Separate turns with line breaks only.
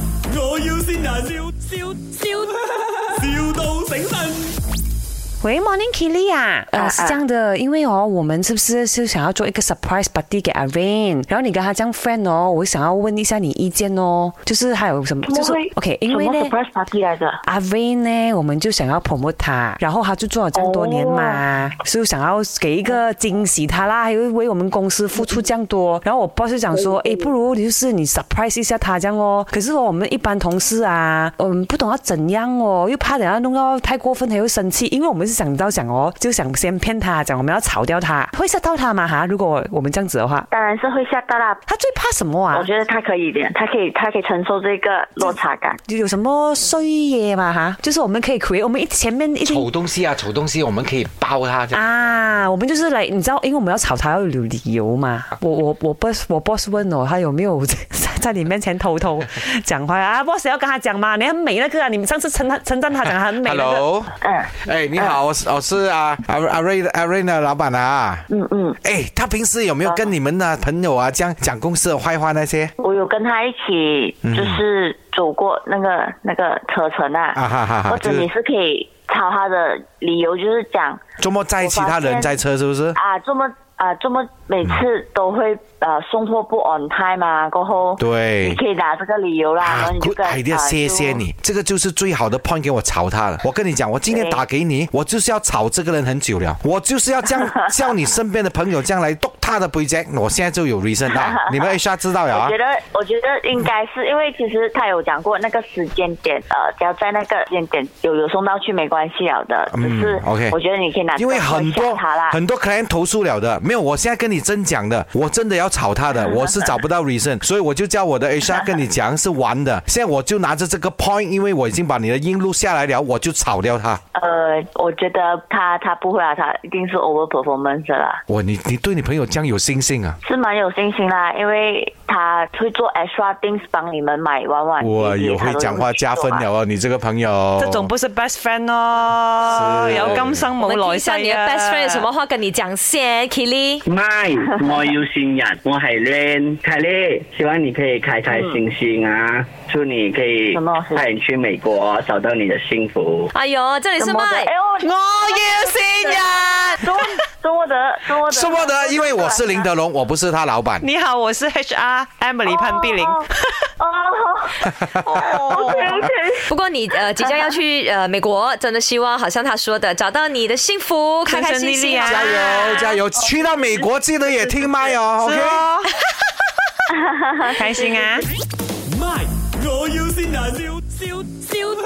要先人，笑笑笑，,笑到醒神。
喂，Morning Kelly 啊，呃，是这样的，因为哦，我们是不是是想要做一个 surprise party 给 Arain，然后你跟他这样 friend 哦，我想要问一下你意见哦，就是还有什么，就是
怎么会
OK，因为
什么
呢
surprise party 来的？
，Arain 呢，我们就想要 promote 他，然后他就做了这样多年
哦
嘛，所以想要给一个惊喜他啦，还有为我们公司付出这样多，然后我 boss 就讲说，诶，不如你就是你 surprise 一下他这样哦，可是哦，我们一般同事啊，我们不懂要怎样哦，又怕等下弄到太过分他又生气，因为我们是想到讲哦，就想先骗他，讲我们要炒掉他，会吓到他吗？哈，如果我们这样子的话，
当然是会吓到啦。
他最怕什么啊
我？觉得他可以的，他可以，他可以承受这个落差感。
有什么衰耶嘛哈？就是我们可以 create，我们一前面一定
丑东西啊，丑东西，我们可以包它这样。
啊，我们就是来，你知道，因为我们要吵他要有理由 嘛。我我我 boss 我 boss 问哦我他有没有 在在你面前偷偷讲话啊？boss 要跟他讲嘛，你很美那个啊，你们上次称他称赞他讲他很美那个。
Hello，
嗯
哎，你好，我是我是啊阿阿瑞阿瑞的老板啊。
嗯嗯，
哎，他平时有没有跟你们的朋友啊，这样讲公司的坏话那些？
我有跟他一起，就是走过那个、那个车程啊，
啊哈哈哈
或者
就是
你是可以抄他的理由，就是讲
周末在一起，他人在车是不是？
啊，这么啊，这么每次都会呃送货不 on time 嘛，过后
对
你可以拿这个理由啦，然后你就
Good
跟
idea，
啊
谢
就
谢你，这个就是最好的 point 给我吵他了。我跟你讲，我今天
对
打给你，我就是要吵这个人很久了，我就是要 这样叫你身边的朋友这样来剁他的 b r 我现在就有 reason 啦，你们 HR 知道了
我
啊
觉。得，我觉得应该是因为其实他有讲过那个时间点，呃，只要在那个时间点有有送到去没关系了的，只
嗯
是
，OK
我觉得你可以拿这
因
个
为很多
吓他啦，
很多 client 投诉了的，没有，我现在跟你真讲的，我真的要炒他 的，我是找不到 reason，所以我就叫我的 HR 跟你讲是玩 的。现在我就拿着这个 point，因为我已经把你的音录下来了，我就炒掉他。
呃，我觉得他他不会啊，他一定是 over performance 的啦，
哇，你你对你朋友这样有信心啊？
是蛮有信心啦，因为他会做 extra things 帮你们买玩玩，
哇，
也
有会讲话
啊
加分。了哦，你这个朋友。
这种不是 best friend 咯，
是
有今生冇
我们听
來
一
世
下
啊！
你的 best friend 有什么话跟你讲先，Kili。
唔係，我要善人，我係 Rain Kelly，希望你可以开开心心啊，祝你可以
什么
快点去美国找到你的幸福。
哎呦，这里
他
是
都会
麦
哎。
我
呦，
要善人。
中中国的 中国的
什么的，因为我是林德龙，我不是他老板。
你好，我是 HR Emily 潘碧玲。
哦哦
哦
，OK OK。
不过你呃即将要去呃美国，真的希望好像他说的，找到你的幸福，开开心心啊
顺顺利利啊
加油加油！去到美国记得也听麦哦
是
，OK。
哦，开心啊！
My，我要先人，笑笑笑，